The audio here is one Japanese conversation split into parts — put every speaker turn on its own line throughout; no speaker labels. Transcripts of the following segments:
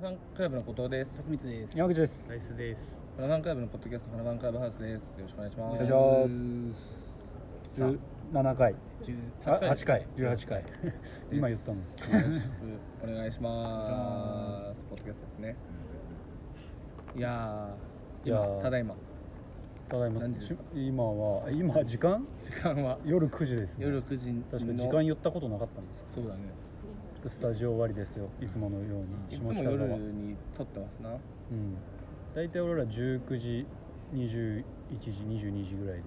さんクラブの後藤です。
みつです。
山口です。
ナイスです。
花さんクラブのポッドキャスト花番クラブハウスです。よろしくお願いします。
お願いします。17回、
十。
あ
回
8回、18回。今言ったの。
よろしくお願いします。ポッドキャストですね。いやー、
いや
今
ー
ただいま
ただいま
何時ですか
し今は今時間？
時間は
夜9時です、ね。
夜9時の
確かに時間言ったことなかったんです
そうだね。
よ。スタジオ終わりですよ。いつものように
いつも
下北沢
夜に撮ってますな。
うん。大体俺ら19時、21時、22時ぐらいで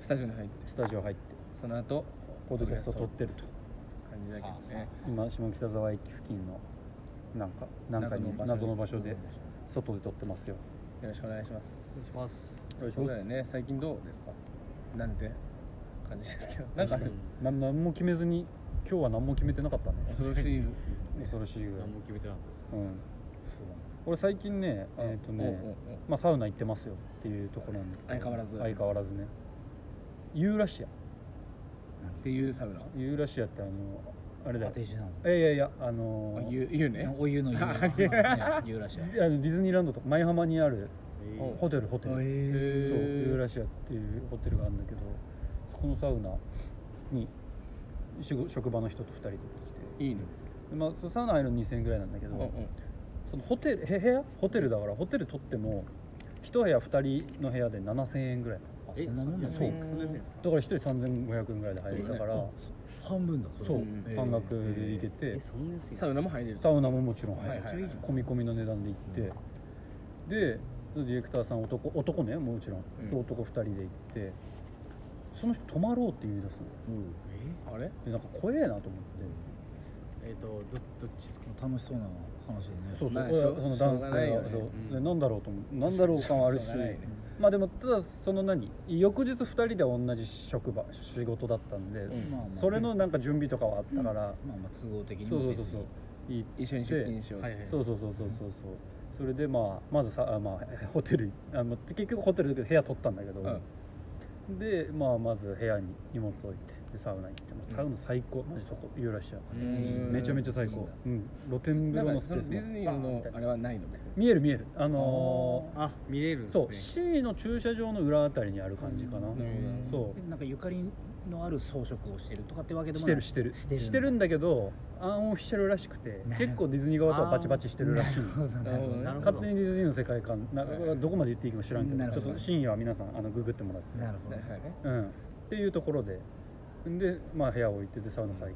スタジオに入って、
スタジオ入って
その後
ポッドキャスト撮っ
ポッドキャ
てる
ス
と。
ト感じだけどね。
今下北沢駅付近のなんかなんかに
謎の場所で
謎の場所で外で撮ってますよ。
よろしくお願いします。
お願いします。
よいし
そうだよね。最近どうですか？なんて感じですけど、なんかある
なん何も決めずに今日は何も決めてなかったね
恐ろしい。
恐ろしいぐらい、
何も決めてなかったです。
うん、俺最近ねえっ、とね、
おうおうおう
まあ、サウナ行ってますよっていうところなんだけど
相変わらず
相変わらずねユーラシア
っていうサウナ
ユーラシアってあのあれだよ
テージなの
いやいやいやあの
言う言うね
お湯の湯の
あ
湯らしい
あのディズニーランドとか舞浜にある
え
お
ホテルホテル、そう
へー
ユーラシアっていうホテルがあるんだけどそこのサウナに仕事職場の人と2人で来て
いいね
でまあ、そのサウナ入るの2000円ぐらいなんだけ
う
ど、
んうん
そのホテルへ部屋ホテルだからホテル取っても一部屋二人の部屋で7000円ぐらい
え、
そん
そ
なもん
ん
な
な
の
安いんですか。そんな安いんですか
だから一人3500円ぐらいで入れ
そう
る
だね
だから
半分だそれ
そう
うん
半額で行け
え、
て
そんな安いんです
サ
か。
ウナも入れる
サウナももちろん
は
入
いはいはい
る込み込みの値段で行ってでディレクターさん男男ねもちろん
うん
と男二人で行ってその人泊まろうって言い出すの
あれ
でなんか怖えなと思って
えっと、ど、どっちですか。
楽しそうな話でね
そうそう
まあ
俺は
しょ
その男
しょうがない
性
よ
が
ね
そう
う
で
ん
なんだろうと思うなんだろう感はあるし
しょうがないね
まあでもただその何翌日2人で同じ職場仕事だったんで、
うん
まあまあ
それのなんか準備とかはあったから、
まあまあ都合的に
そう
も
そう
別
そ
に
うそういいっつって
一緒に出勤しようっつって
はい
そうそうそうそうそうそうそれでまあまずさあ、まあ、ホテルあまあ結局ホテルで部屋取ったんだけど、でまあまず部屋に荷物置いてでサウナ行ってもうサウナ最高、マジそこユーラシア
う
うん
ん。
めちゃめちゃ最高うん、露天
な
風呂
ん
の
か
ス
そ
ペ
の
ー
デ
ス
ィズニーのあれはないの別に
見える見えるあのー
あ、見れるんですね。
そう C の駐車場の裏あたりにある感じかな、
なるほどなるほど
そう
なんかゆかりのある装飾をしてるとかってわけでも
し
な
て
い
るしてる
してる
してるんだけどアンオフィシャルらしくて
なる
結構ディズニー側とはバチバチしてるらしい
そうだ
なるほ
ね
どね
なるほど
勝手にディズニーの世界観な
はい
どこまで言っていいか知らんけ
な
ど
る
ち
ほ
ょ
ど
っと深夜は皆さんあのググってもらって
なるほど
はいはいね
うんっていうところででまあ部屋置いててサウナ最
う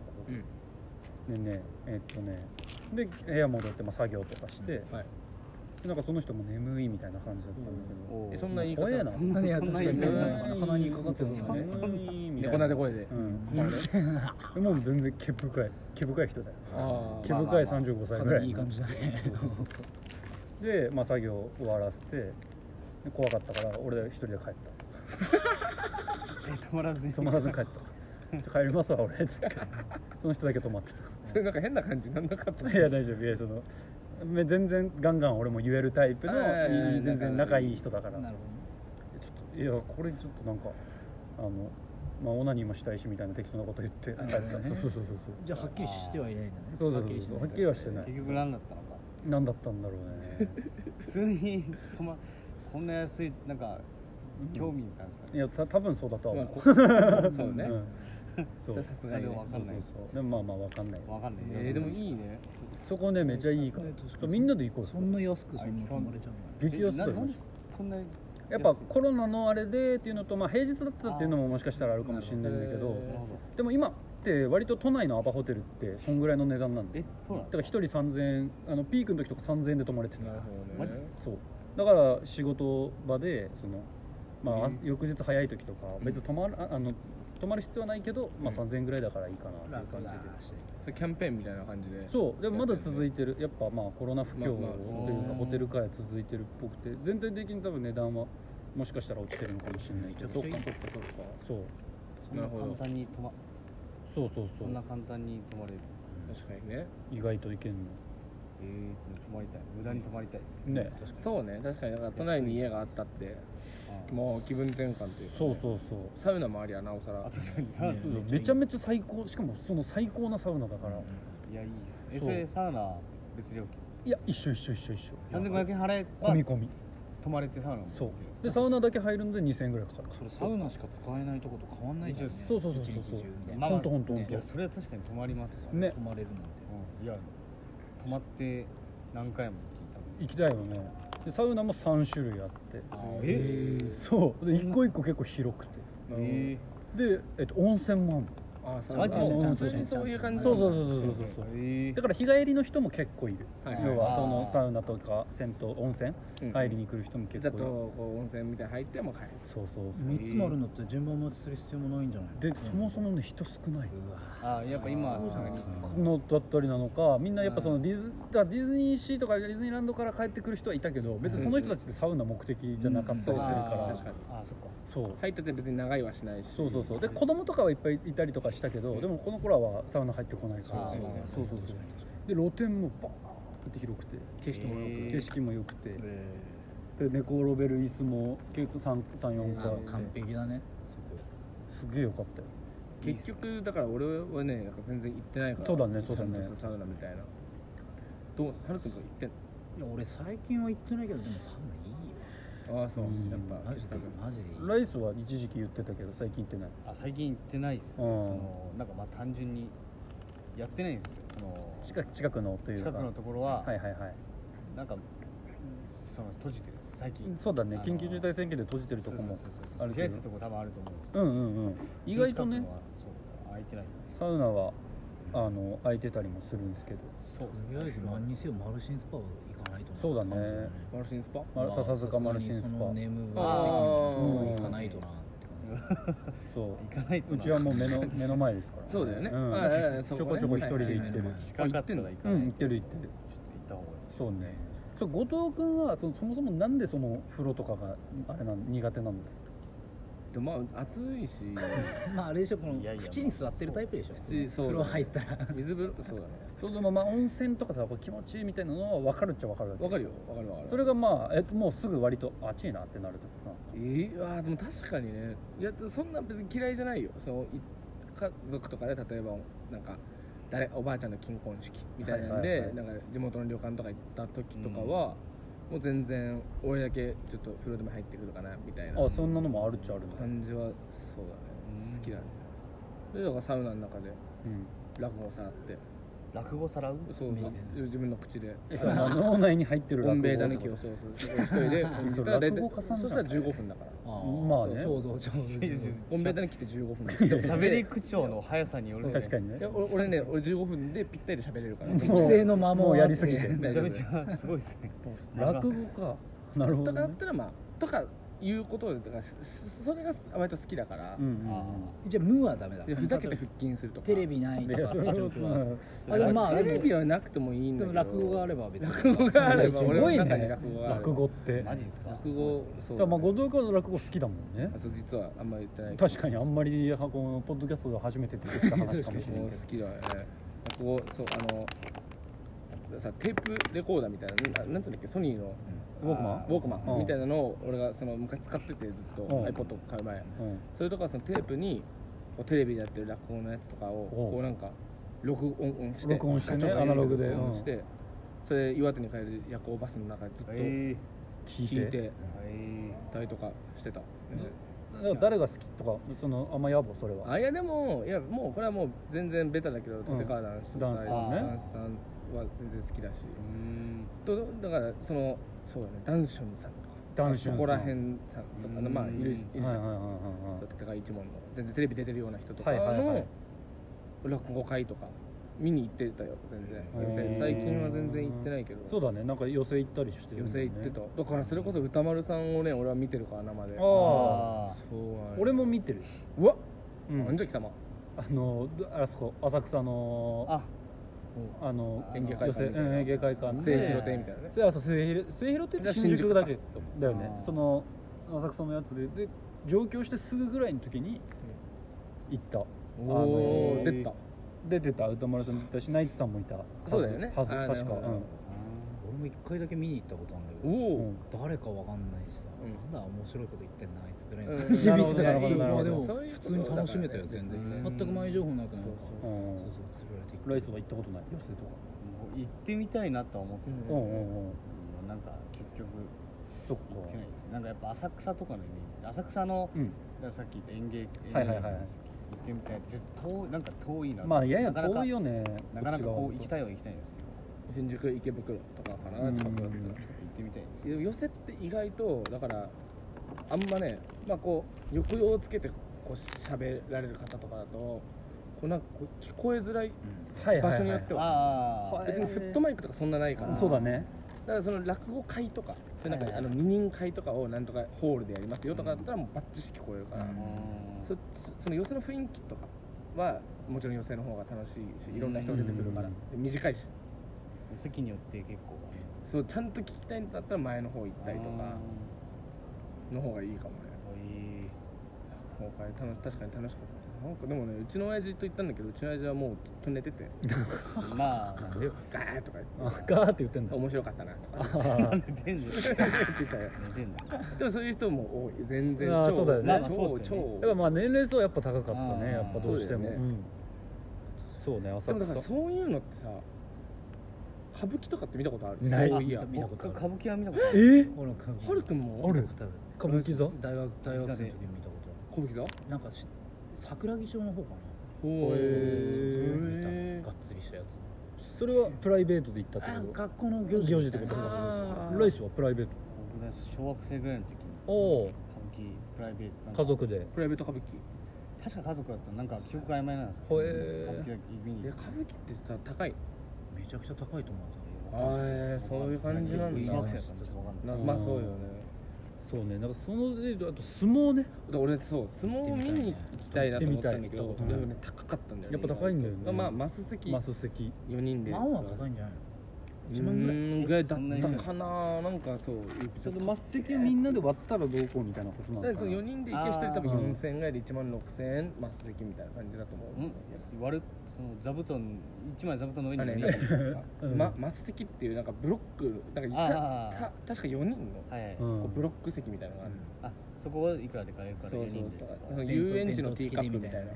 高
ん
でねえっとねで部屋戻ってまあ作業とかして
はい
でなんかその人も眠いみたいな感じだったんだけど
おー
えそんな言い方
怖えな
そ
そんなに
そんな
私が
に
言った
う
のかな鼻にかかってる
そ
の
う
が
ね
ね
猫なで声で
うん
あれ
でもう全然毛深い毛深い人だよ
あ
毛
ー
深い35歳ぐ
かな
ら
り
い
いい感じだね
で、まあ、作業終わらせてで怖かったから俺一人で帰った
え、止まらずに。
泊まらずに帰った「じゃあ帰りますわ俺」っつってその人だけ泊まって
それなんか変な感じになんなかった
たいや大丈夫いやそのめ全然ガンガン俺も言えるタイプの
はいはいはい
いい全然仲いい人だからちょ
な
っ
る
といやこれちょっとなんかあのまあオナニーもしたいしみたいな適当なこと言って帰った
なるほどね
そうそうそう
ほどじゃあはっきりしてはいないんだね
そうそうそうそうはっきりはしてない
結局何だったのか。
何だったんだろうね
普通に、止ま。こんな安い、なんか。興味なんですか
い
ね。
やた多分そうだとは
ま
思
あ
う、
こそうね
うんそう
さすがにね
わかんない
そうそうそうでもまあまあわかんない
わかんない。
えーでもいいね
そこねめちゃいいから
ね確かに
そうみんなで行こうよ
そんな安くそんな泊まれちゃう
え。
激安だ
な
よ
なんでそんな。
やっぱコロナのあれでっていうのと、まあ、平日だったっていうのももしかしたらあるかもしれないんだけど
なるほ
でも今って割と都内のアパホテルってそんぐらいの値段なんで
え、そうな
だ
ん
か
で
ら1
す
人3000円あのピークの時とか3000円で泊まれてた
なるほどね
マジっす
そうだから仕事場でその、まああ
うん
翌日早い時とか
うん
別に泊まるああの泊まる必要はないけど、まあ、
うん
3000円ぐらいだからいいかなっていう
楽だ
感
それキャンペーンみたいな感じで
じそうでもまだ続いてるやっぱまあコロナ不況という
まあまあ
か
そう
ホテル界は続いてるっぽくて全体的に多分値段はもしかしたら落ちてるのかもしれないけど
めちゃめちゃいい
そっかそっかそう
そんな簡単に止ま。
そうそうそ
そんな
う
簡単に止まれる。
確かにね
意外といけんの
えー、泊まりたい。無駄に泊まりたいです
ね
そうね確かにだから都内に家があったって
も
もう気分転換というかね
そうそうそう
サウナもありやなおさ
う
ら
あ、確かにサウナ。
そうめちゃめちゃ最高しかもその最高なサウナだから、
いや、いいですね。え、
そう
それサウナ別料金。
いや一緒一緒一緒一緒
3500円払えば
込み込み
泊まれてサウナも
そう
で
でサウナだけ入るので2000円ぐらいかかる
それサウナしか使えないとこと変わんないじゃん、ね、
そうそうそうそう
一日中みたいな
まあ
ほんとほんとほん
い
と
やそれは確かに泊まりますよ
ね
泊まれるなんて
うんいや泊まって何回も聞い
行きたいよねでサウナも3種類あって
た
あ
え
そうで一個一個結構広くて
え
で、えっと、温泉も
あそう
ある
あ
の
の
あ
普通にそういう
あ
感
る
じ
そうそうそう
う
そうそうそう
え
だから日帰りの人も結構いる、
はい
要は
あー
そのサウナとか銭湯温泉
うん
入りに来る人も結
ざっ
構
と
いる、
こう温泉みたいに入っても帰る
そうそう
三つもあるんだったら順番待ちする必要もないんじゃないの
そうでそもそもね人少ない
あやっぱ今
そうなんだ
のだったりなのかみんなやっぱそのディズだからディズニーシーとかディズニーランドから帰ってくる人はいたけど別にその人たちってサウナ目的じゃなかったりするか
うん
ら、
確かに
あそっか
そう
入ってて別に長いはしないし
そうそうそうで子供とかはいっぱいいたりとかしたけどでもこの頃はサウナ入ってこないから
あー
そうそうそうで露天もバーンって広くて景色も良く
へー
て景色も良くて
え
で寝転べる椅子も結構三三四個あ
ー
っ
完
て
璧だね
すげえ良かったよ
結局だから俺はねなんか全然行ってないから
そうだねそうだね
ちゃんとしたサウナみたいなどうハルくんとか行ってん
いや俺最近は行ってないけどでもサウナいいよ
のああそう
うん
やっぱ
マジ
傑
で
作
マジでいい
ライスは一時期言ってたけど最近行ってない
あ最近行ってないですね、
うん
そのなんかまあ単純にやってないんですよその
近く近くのというか
近くのところは、
はいはいはい
なんかその閉じてるんです最近
そうだ
あ
ね
の
緊急事態宣言で閉じてるとこも
そうそうそうそ
あ
う
る
開
け
いてると
ど
こ多分あると思うんですけ
う
ど、
んうんうん意外と
う
ね
ちの近くのはそう開いてない
サウナはあの空いてたりもするんですけど
そうです
とりあえず何にせよマルシンスパは行かないとな
そうだね
マルシンスパ
まあ
まあ
笹塚マルシンス
さす
パ
がにそのネーム
あ
ー
は行かないとなって感
そう
行かないと
う
な
ちはもう目の目の前ですから、
そうだよね
ん
ああああそこ
ち
ね
ょこちょこ一人で行ってる、
はいはいはい
近かったら行かないと
うん行ってる行ってる
ちょっと行った方がいいです
そうねそう後藤君はそのそもそもなんでその風呂とかがあれなん苦手なんだ
でもまあ暑い し
じまああれでしょこの
いやいや
縁に座ってるタイプでしょ
普通にそう
風呂入ったら
水風呂そうだね
そうでもまあ温泉とかさこう気持ちいいみたいなのは分かるっちゃ分かるわけ
わかるよわかるわかる
それがまあ、えっと、もうすぐ割とあっちいなってなるとか
えー、あーでも確かにねいやそんな別に嫌いじゃないよそのい家族とかで例えばなんか誰おばあちゃんの金婚式みたいなんで、
はいはいはい
なんか地元の旅館とか行った時とかは、もう全然俺だけちょっと風呂でも入ってくるかなみたいな
なあそんなのもあるっちゃあるんだ、
感じはそうだね好きだねでだからサウナの中で
うん
落語をさらって
落語さらう
そう
見
そ
て
う自自分の口で
えそ れは脳内に入ってる
音
語
米
と
だ
か
ね今日そうそう 一人で見てたら大体
落語家さんじゃん
そしたら15分だから
まあね
ちょうどちょうどちょうど
音米だね来て15分
喋り口調の速さによる
確かに
い
ね
や俺俺ね俺15分でぴったり喋れるから
適正の魔
も
も
うやりすぎて
めちゃめちゃすごいですね
落語かなるほど、
とかだ
ね
っ、たらまあとかいうことでだからしそれが割と好きだから、
うん
じゃあ無はダメだ
でふざけて腹筋するとか
テレビない
うんい
と
や
か
それは
状況は
あ
あでもまあ
テ
で
レ
も
ビはなくてもいいん
で
だ
も
けど
落語があれば別に
落語があれば
す
俺
ご
の
い
中に
ね
落語がある
落語って
マジですか
落語そ
だ
う
からまあ後藤君は落語好きだもんね
あそう実はあんまり言ってない
確かにあんまりこのポッドキャストで初めて出てきた話かもし
落
れない
語
け
好
ど
きだよね落語そうあのさテープレコーダーみたいなななんつうんだっけソニーの
ウォークマン
あウォークマ
うん
ンみたいなのを俺がその昔使っててずっと
うん
iPod 買う前
うん
それとかそのテープにこうテレビでやってる落語のやつとかを
おう
こうなんか録音して
録音してね
ガチャガチャ
アナログで
録音して、それ岩手に帰る夜行バスの中でずっと
え
聞いて
聞いて
え
たりとかしてた、
だから誰が好きとかそのあんま野暮それは
あいやでもいやもうこれはもう全然ベタだけど立川談志とか、
ダンスさんね
ダンスさんは全然好きだし
うん
とだからそのそうだねダンションさんとか
ダンションさん
そこら辺さんとかのまあいるいるじゃん、
はいはいはいはいは
立川一門の全然テレビ出てるような人とか
はいはいは
の
い
落語会とか見に行ってたよ全然
うん
寄席最近は全然行ってないけど
いそうだねなんか寄席行ったりしてる
寄
もんね
席行ってただからそれこそ歌丸さんをね俺は見てるから生で
ああ
あ
そうなんや
俺も見てる
うわ
う
なん
ん
じゃ貴様
あのあそこ浅草の
あ
あの
演芸会館
寄席うん演芸会館
末
で
広亭みたいなね
それはそう末広末広って新宿だけそうだよね
あー
その浅草のやつでで上京してすぐぐらいの時に行った
お
あ
お
の
出てた
出てた歌丸さんもいたしナイツさんもいたはず
そうだよね
はず
あー
確
な
か
るほど
俺も一回だけ見に行ったことあるんだけ
お
ど
うん、
お
誰かわかんないしさ、
うん
なんだ面白いこと言ってんなあいつって
うん
ない
なる
ほどなるほどなるほど
でも
そういうこ
普
と
通に楽しめたよ
だから
全
ね
然
全
全く前情報なくなんか
そう
うん
そうそう連れられ
ライス
て行って
は行ったことない寄席とか
行ってみたいなとは思ってたんで
う
すけど、
んうんうん
もうなんか結局
そっか
行ってないですなんかやっぱ浅草とかのイメージ浅草の
うん
だからさっき言った園芸園芸
はいはいはい
行ってみたいちょっと遠いなんか遠いな
まあやや
なかなか
遠いよね
なかなかこう行き
い
たいは行きたいんですけど
新宿池袋とかかな
うん
近くだっ
ちょっと行ってみたいんです
た
けど
ら寄せって意外とだからあんまねまあこう抑揚をつけてこう喋られる方とかだとこうなんかこう聞こえづらい
はいはい
場所に
は
よ
い
っては
あ
は
あ
い
別にフットマイクとかそんなないから
そうだね
だからその落語会とかそういうなんか、
はいはい
あの二人会とかをなんとかホールでやりますよとかだったらもうバッチし聞こえるから、
うん
そその寄席の雰囲気とかはもちろん寄席の方が楽しいしいろんな人が出てくるから、
うん
で短いし
席によって結構あります
そうちゃんと聞きたいんだったら前の方行ったりとかの方がいいかもね
あーいい
公開楽し確かに楽しかったなんかでもねうちの親父と行ったんだけどうちの親父はもうずっと寝てて
まあ
なんでよ
「ガー」とか言って
あガーって言って
「
んだ
面白かったな」と
あ
か
ー
寝てんの寝
言ってたよ
てんの
でもそういう人も多い全然
あー
超
そうだよね
まあ
まあそう
超
っす
超
よね
やっぱまあ年齢層やっぱ高かった
あー
ねやっぱどうしても
そうだよ
う
ねでも
んそうね浅
だから
草
そういうのってさ歌舞伎とかって見たことある
ない
そういや
見たことあ
僕
る
歌舞伎は見たことない
え
俺歌
ハルくんも
ある
舞伎
歌舞伎座
大学大学生の時に見たこ
小
と
吹座
あるなんかし桜木町の方かな
ほ
へ
え
見たがっつりしたや
それはプライベートで行った
つ
って
あ
こと
学校の行事
行事ってこと
あー
ライスはプライベー
僕が小学生ぐらいの時に
トお
歌舞伎プライベートなん
お
か
家族で
プライベート歌舞伎
確か家族だったなんか記憶曖昧なんですけ
ほ
ど
え
歌
ー
舞伎だけ見に
いや
行っ
歌舞伎ってさ高い
めちゃくちゃ高いと思うんだ
あそういう感じな
て
ん
小
だ
学生だったんでちょっとわかん
な
ない
うん
まあそうよね
そうねなんかそのであと相撲ね
だから俺そう相撲見に行きたいなと思ったんだけ
行
ど
って
で
みたい
もね高かったんだよ
や
ね
っぱ高いんだよね
まあマス席
マス席
4人で
けど万は高いんじゃないの
1
1万ぐらい
万ぐらいだ
そんなに
ったかななんかそう
ちょっとマス席をみんなで割ったらどうこうみたいなことな
だ
の
か
から
そ
な
の4人で行け1人多分
あー
4000円ぐらいで1万6000円マス席みたいな感じだと思う
うん割るその座布団一枚座布団の上に
あれ
みんなで
うん
ま、マス席っていうなんかブロックなんか
あ
たた確か4人の
あはいは
う
い、
ん
こうブロック席みたいなのがある、
あそこはいくらで買えるから
そう
4
そうそ
人で
う
とか
その遊園地のティーカップみたいなあ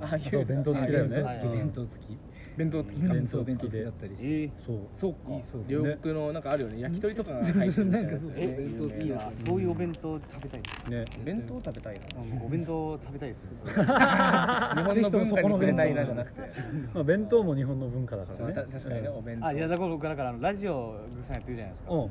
あ
あー
いう
弁当付きだよね
あ
はい
弁
弁当付き
弁当付き
うん
か
弁当付き
弁当付きだったりして
え
そう
そうか
いいそう
両国のなんかあるよね焼き鳥とかが入ってるみたいなやつ
え
ね有名
いい
な
な そういうお弁当食べたいです、
ね
弁当食べたいな
うんお弁当食べたいですそれ
日本の文化に触れないなじゃなくて
まあ、弁当も日本の文化だか
そうた
らね
確かにねお弁当
あいやだから僕だからあのラジオグッさんやってるじゃないですか、
うん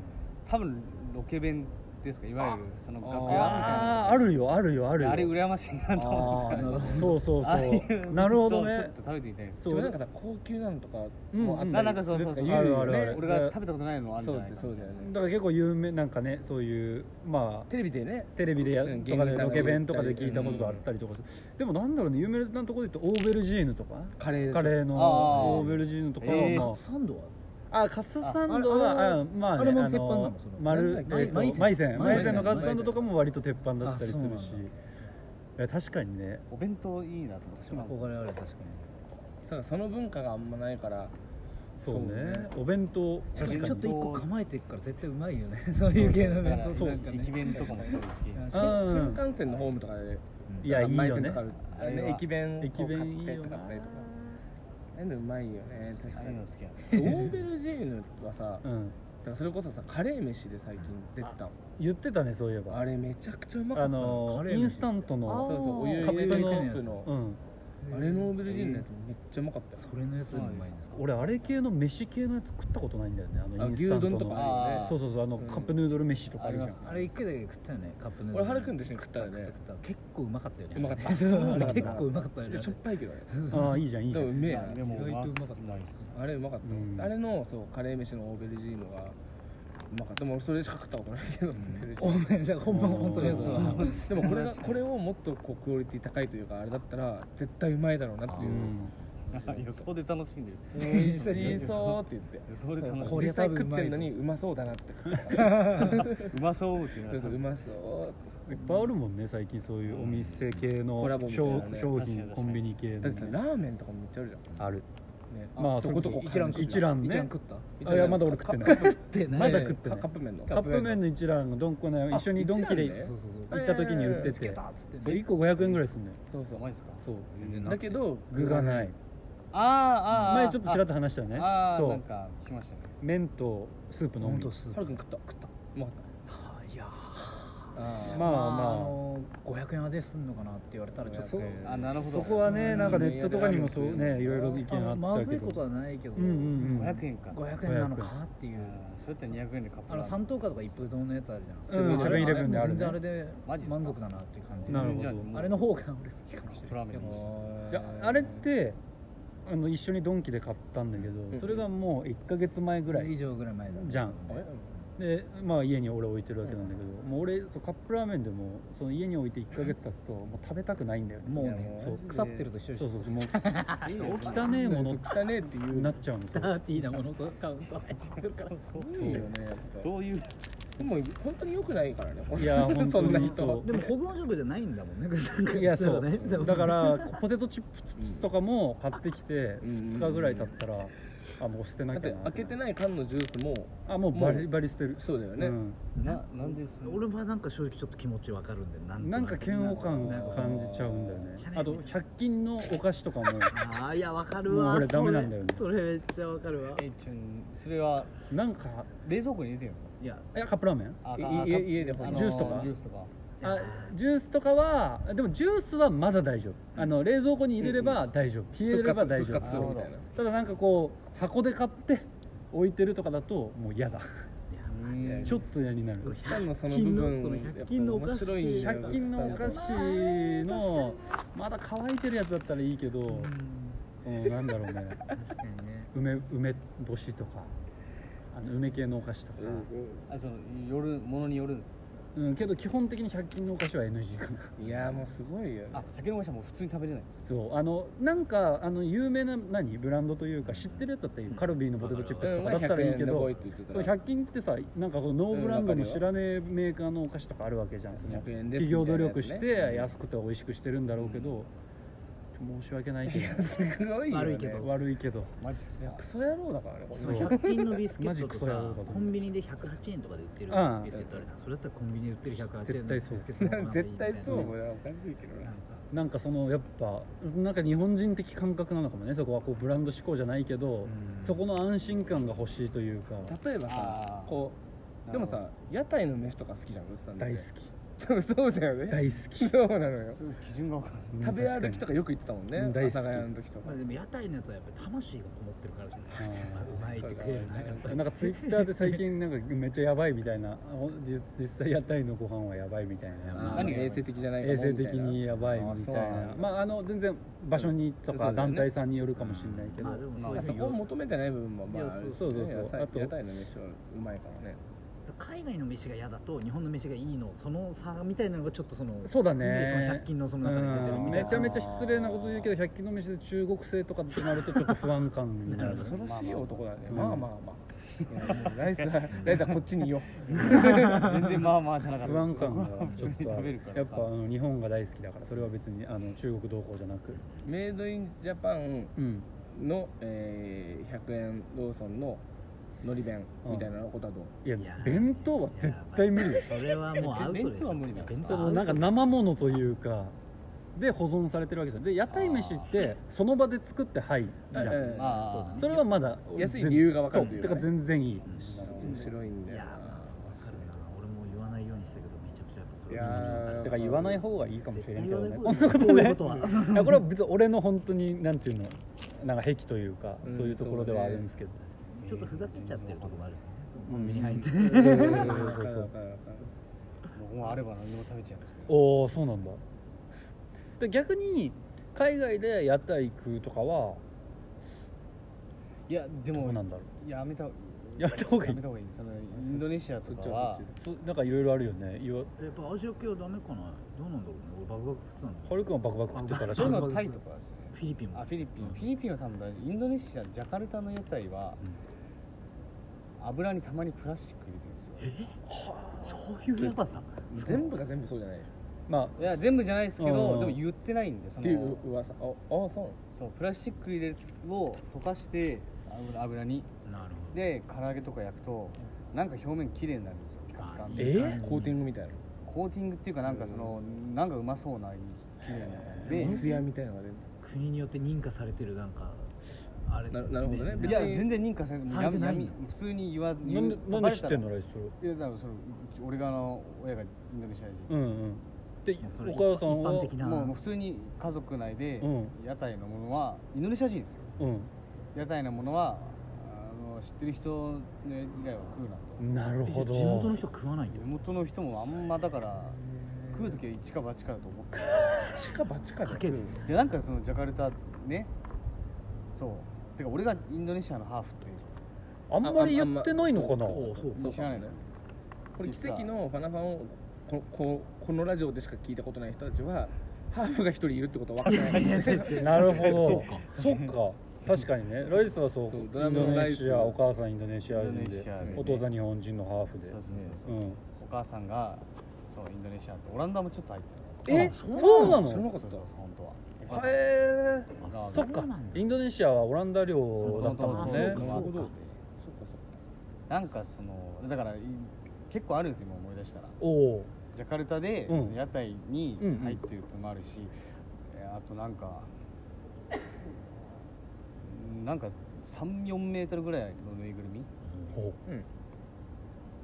多分ロケ弁ですかいわゆるその楽屋みた
あ
いな
ああるよあるよあるよ
あれ羨ましいなと思って
そうそう
ああいう
そうなるほど
ちょ
ね
っと食べてみたいです
で
そ
も
う
なんかさ高級なのとか
うん
もあった
あな
り
んかそうそうそう
するとか言よね
あるあるある
俺が食べたことないのあるん
そ
じ
う
ゃないかな
そうだよね
だから結構有名なんかねそういうまあ
テレビでね
テレビでや
うん
とか
芸人さ
で
んが
ロケ弁とかで聞いたことがあったりとかするでもなんだろうね有名なとこで言うとオーベルジーヌとか
カレー
カレー
あー
のオーベルジーヌとかは
えー
ま
カツサンドは
ああカツサンド
ああれ
はあまあね
あれも
の
鉄板なのその
丸
なんだっけ
えっと
マイゼン
マイゼン
マ
マ
イゼ
イ
ン
ゼンのカツサンドとかも割と鉄板だったりする
あ
し
そうなん
いや確かにね
お弁当いいなと思って好きなんです
憧
よ
れある確か
そうその文化があんまないから
そうねお弁当確か
に
に
ちょっと一個構えていくから絶対うまい よねそういう系の
だか
弁
ら
当
そう
なんかね
駅弁とかもすごい好き
あ
新
うん
新幹線のホームとかで
いやいいよね
毎線とかあれ
あれ
ね
は
駅弁を買っ
駅
て
弁いいよ
とか
な
買ったりとかああいうのうまいよね確か
ああいう
に
の好きなんですよ
オーベルジーヌはさ
う
だ
ん
からそれこそさカレー飯で最近出てたの
言ってたねそういえば
あれめちゃくちゃうまか
あ
ったの
の
カレー
イ
の
ンスタント
そ
の
うそうお湯
カッ
入
プ
れる
の
タイプの
うん
あれのオーベルジーヌのやつめっちゃうまかったよ
それのやつでもうまいんですか
俺あれ系の飯系のやつ食ったことないんだよねあ
あ
のイン
牛
スタント
丼
の
とかあるよ
あ
ね
そうそうそうあの
うん
カップヌードル飯とかあるじゃ
あり
ん
ます
あれ一回だけ食ったよねカップヌードル
俺ハルくんと一緒に食ったよね
食った食った結構うまかったよね
うまかった
そうあれ
うまかった
結構うまかったよ
いや
ね
しょっぱいけどね
ああいいじゃんいい
で
じゃ
もうんめえ
い
な
やでも
意外とうまかった
ないです
あれうまかったよ、
うん
あれのそうカレー飯のオーベルジーヌがうまかったでも俺それしか食ったことないけど、オーベルジー
お
ヌ
めでほんま本当のやつは
でもこれがこれをもっとこうクオリティ高いというかあれだったら絶対うまいだろうなっていううん
予想で楽しんでる
美味しそうって言って
予想で楽しんで
こ
る
れ
実際食ってんのにうまそうだなって言って
うまそうってな
そう
る
そううまそう
いっぱいあるもんね最近そういうお店系の
コラボみたいな
商
ね
商
確かに
品
確かに
コンビニ系
だ
の
ってさ
ね
ラーメンとかもめっちゃあるじゃ
ある
んね
まあ
どこどこ
一覧一覧ね
一覧食った
あいやまだ俺食ってないい
ってね
まだ食ってない
カップ麺の
カップ麺の一覧がどんこな
あ
一緒にドンキで
一覧ね
そう
行った時に売って
そうそ
て
うたっつって
1個500円ぐらいすんのよ
そうそう
うまいですか
そう
全然な
だけど
具がない
ああああ
前ちょっとちらっと話したよね
ああ
そ
なん
う
か聞きましたね
麺とスープのみ
麺とスープ
ハルくん食った食ったもう
いや
あ
まあ
まあ
まあ
あの500円はですんのかなって言われたらちょっと
そう
ああなるほど
そこはね
うん
なんかネットとかにもそう
いや
ねいろいろ意見あ
あま
った
ず
け
いこと
ど
はないけど、
うんうんうん
500円か
500円なのかっていう、
うんそうやって200円でカップ
あの
ラーメン
三等価とか一風堂のやつあるじゃん、
うんセ
あれ
ブンイレブンであるね
全然あれで
マジっすか
満足だなっていう感じ
なるほど
全然じゃ
あれの方が俺好きかもし
カッ
れ
プ
ない
ラーメンの
いやあれってあの一緒にドンキで買ったんだけどそれがもう1か月前ぐらい
以上ぐらい前だ
じゃん
あれ
でまあ家に俺置いてるわけなんだけど、もう俺そうカップラーメンでもその家に置いて1ヶ月経つともう食べたくないんだよね
もう
いやも
ね
う
そう
マジで
腐ってると一緒でし
そ
ょ
うそうもう汚
汚
ねえもの
汚ねえっていう
なっちゃうのそ
ダ
う
ーティーなものとカウント入ってくるから
すごいよねやっぱ
どういう
でも本当に良くないからね
いや本当
そんな
に
人
そ
でも保存食じゃないんだもんね具材 が
ういやそう
ねでも
だからポテトチップスとかも買ってきて
うん
2日ぐらい経ったらあもう捨て
だ
な
っ
き
て
ゃな
開けてない缶のジュースも
あもうバリバリ捨てる
そうだよね、
うん
ななんでその
俺はなんか正直ちょっと気持ちわかるんでなと
なん
なく
か嫌悪感を感じちゃうんだよねあと100均のお菓子とかも
ああいやわかるわ
もう俺ダメなんだよね
それそれめっちゃわかるわ
えちょんそれは
なんか
冷蔵庫に入れてるんですか
いや
いやカップラーメン
あ
い
あ
い家で
あ
ほ
の
ら
ジュースとか
ジュースとか
あジュースとかはでもジュースはまだ大丈夫あの冷蔵庫に入れれば大丈夫、冷えれば大丈
復活する
夫
みたいな
ただなんかこう箱で買って置いてるとかだともう嫌だちょっと嫌になる
おっさんのその部分やっぱ面白いんだよ
100均のお菓子のまだ乾いてるやつだったらいいけど、そのなんだろうね
確かにね
梅梅干しとかあの梅系のお菓子とか、
あそのよるものによるんです
うん、けど基本的に100均のお菓子は NG かない
やもうすごいよね
あ100円のお菓子はもう普通に食べれないんです
そうあのなんかあの有名な何ブランドというか知ってるやつだったらいいよカルビーのポテトチップスとかだったらいいけど、
うん100円で来いって言ってた
そう
ら
100均ってさなんかこうノーブランドの知らねえメーカーのお菓子とかあるわけじゃんその
100円です
企業努力して
みたいなやつね
安くて美味しくしてるんだろうけど、申し訳ないけど
すごいよね
悪いけど
悪いけど
マジっすか
クソ野郎だからねこ
そ
の
の
人
100均のビスケ
マ
ッ
ジ
ト
ク
と
ソ野郎だと
さ
思う
コンビニで108円とかで売ってる
ああ
ビスケットあるじゃんそれだったらコンビニで売ってる108円の
絶対
ビ
そう
スケットの方がい い
絶対そう
みたいなね
おかしいけどな
なんかそのやっぱなんか日本人的感覚なのかもねそこはこうブランド志向じゃないけど、
うん
そこの安心感が欲しいというか
例えばさ
あー
こうでも
な
さ屋台の飯とか好きじゃんウスさん
大好
きそうだよ
き
ね
大好き
そうなのよ
そういう基準が分かんない
食べ歩きとかよく言ってたもんね
うん
阿
大好き
佐ヶ谷の時とか
まあでも屋台のやつはやっぱり魂がこもってるからじゃない
ああ
うまいって食えるなやっぱり
なんかツイッターで最近なんかめっちゃやばいみたいなほん実実際屋台のご飯はやばいみたい
あ
な
ー
何が
衛生的じゃないかも
衛生的
み
にやばいみた
あ
い
ーそうなん
な
だ
まああの全然場所にと
そうだ
か
よね
団体さんによるかもしれないけど、
まあでも
たい
そう
な
いう
あそ
ふうに
こを求めてない部分もま
い
あ
や
ある
そうそうそう
野菜
あと
屋台の飯はうまいからね
海外の飯が嫌だと日本の飯がいいのその差みたいなのがちょっとその
そうだね
ねその100均のその中に出てる
うん
みたい
め
な
ちゃめちゃ失礼なこと言うけど100均の飯で中国製とかってなるとちょっと不安感になる
恐ろしい男だね
まあ
ま
まあ
あまあまあいやもうライスはライスはこっちにいよう
全然まあまあじゃなかった
不安感が
僕は普
ち
通
ょ
に
っとあ
食べ
る
るから
やっぱあの日本が大好きだからそれは別にあの中国同行じゃなく
メイドインジャパン
うん
の、えー100円ローソンののり弁みたいなことだと、
いや
いや
弁当は絶対無理
い
で
や
す
それはもうアウトです
弁当は無理なんですか
そのなんか生ものというかで保存されてるわけじゃんで屋台飯ってその場で作ってはいじゃ
うんん
ああ
それはまだ
安い理由がわかるというかね
そうてか全然いい
面白いん
い
だよ
やまあわかるな俺も言わないようにしたけどめちゃくちゃやっぱ
い
それ
やー
てか言わない方がいいかもしれんけどねこんな
絶
こ
対
と
言わな
ね
い方がいいこういうこと
いやこれは別に俺の本当になんていうのなんか癖というか、
うん
そういうところではあるんですけど
はちょっとふざけちゃってるとこもあるしね
う
コ
ん
ンビニ入って
そうそう
そうそう
僕もあれば何でも食べちゃうんですけど
おおそうなんだで逆に海外で屋台食うとかはい
やで
どうな
も
んだろ
やめた
うやめた方がいい
やめた方がいいそのインドネシアとかは
そうなんかいろいろあるよねいわ
やっぱアジア系はダメかなどうなんだろうね俺バクバク普通なんだ
ハルくんはバクバク食ってたらしい
そういうのはタイとかですよね
フィリピンも
あフィリピン、
うん
フィリピンは多分大丈夫インドネシアジャカルタの屋台は、油にたまにプラスチック入れてるんですよ
そういうやばさ
全部が全部そうじゃない
まあ
いや全部じゃないですけ
うん
どでも言ってないんでそ
っていう
の
噂ああそ
そうプラスチック入れるを溶かして油油に
なるほど
で唐揚げとか焼くとなんか表面綺麗になるんですよピカピカに
え
うなのコーティングみたいな
コーティングっていうかなんかそのなんかうまそうな綺麗な感じで
艶みたいなのが出る
国によって認可されてるなんかあれ
ななるほどね
い
別
や
に
全然認可されてもうや
されてない
闇普通に言わずに
なんでなんで知ってん
の
のライスそれ
いやだからその俺があの親がインドネシア人、
うんうんで
やそれ
お母さんは
一般的な
もうもう普通に家族内で
うん
屋台のものはインドネシア人ですよ屋台のものはあの知ってる人の以外は食うなと、
うんなるほど
地元の人食わないんだ
地
よ
元の人もあんまだから食う時は一か八かだと思って
しかばっちか
かける
でなんかそのジャカルタねそうてか俺がインドネシアのハーフって
あんまりやってないのかな
そうそうそう
知らないですよ
これ奇跡のファナファンをこここのラジオでしか聞いたことない人たちはハーフが一人いるってことは 分からない
いやいやいや
なるほ
そうか
どそっか確かにねライスはそう
そうド
イ
ラ
ン
ム
ド
のラ
ネ
イス
シアお母さんインドネシア
インド
人
ネシ
で
ア
人
お父さん日本人のハーフで
そうそうそうそう、
うん
お母さんがそうインドネシアってオランダもちょっと入ってる
え
あ
そうなの
そうそうそう本当はお母さん
へえ
オランダは
そっか
そうなんだ
インドネシアはオランダ領だったんです
そう
ね
かそう
そ
か
うか
なんかそのだからい結構あるんですよ今思い出したら
おお
ジャカルタで、
うん
その屋台に入ってるってのもあるし、えーあとなんかうんなんか34メートルぐらいのぬいぐるみ
ほ
うん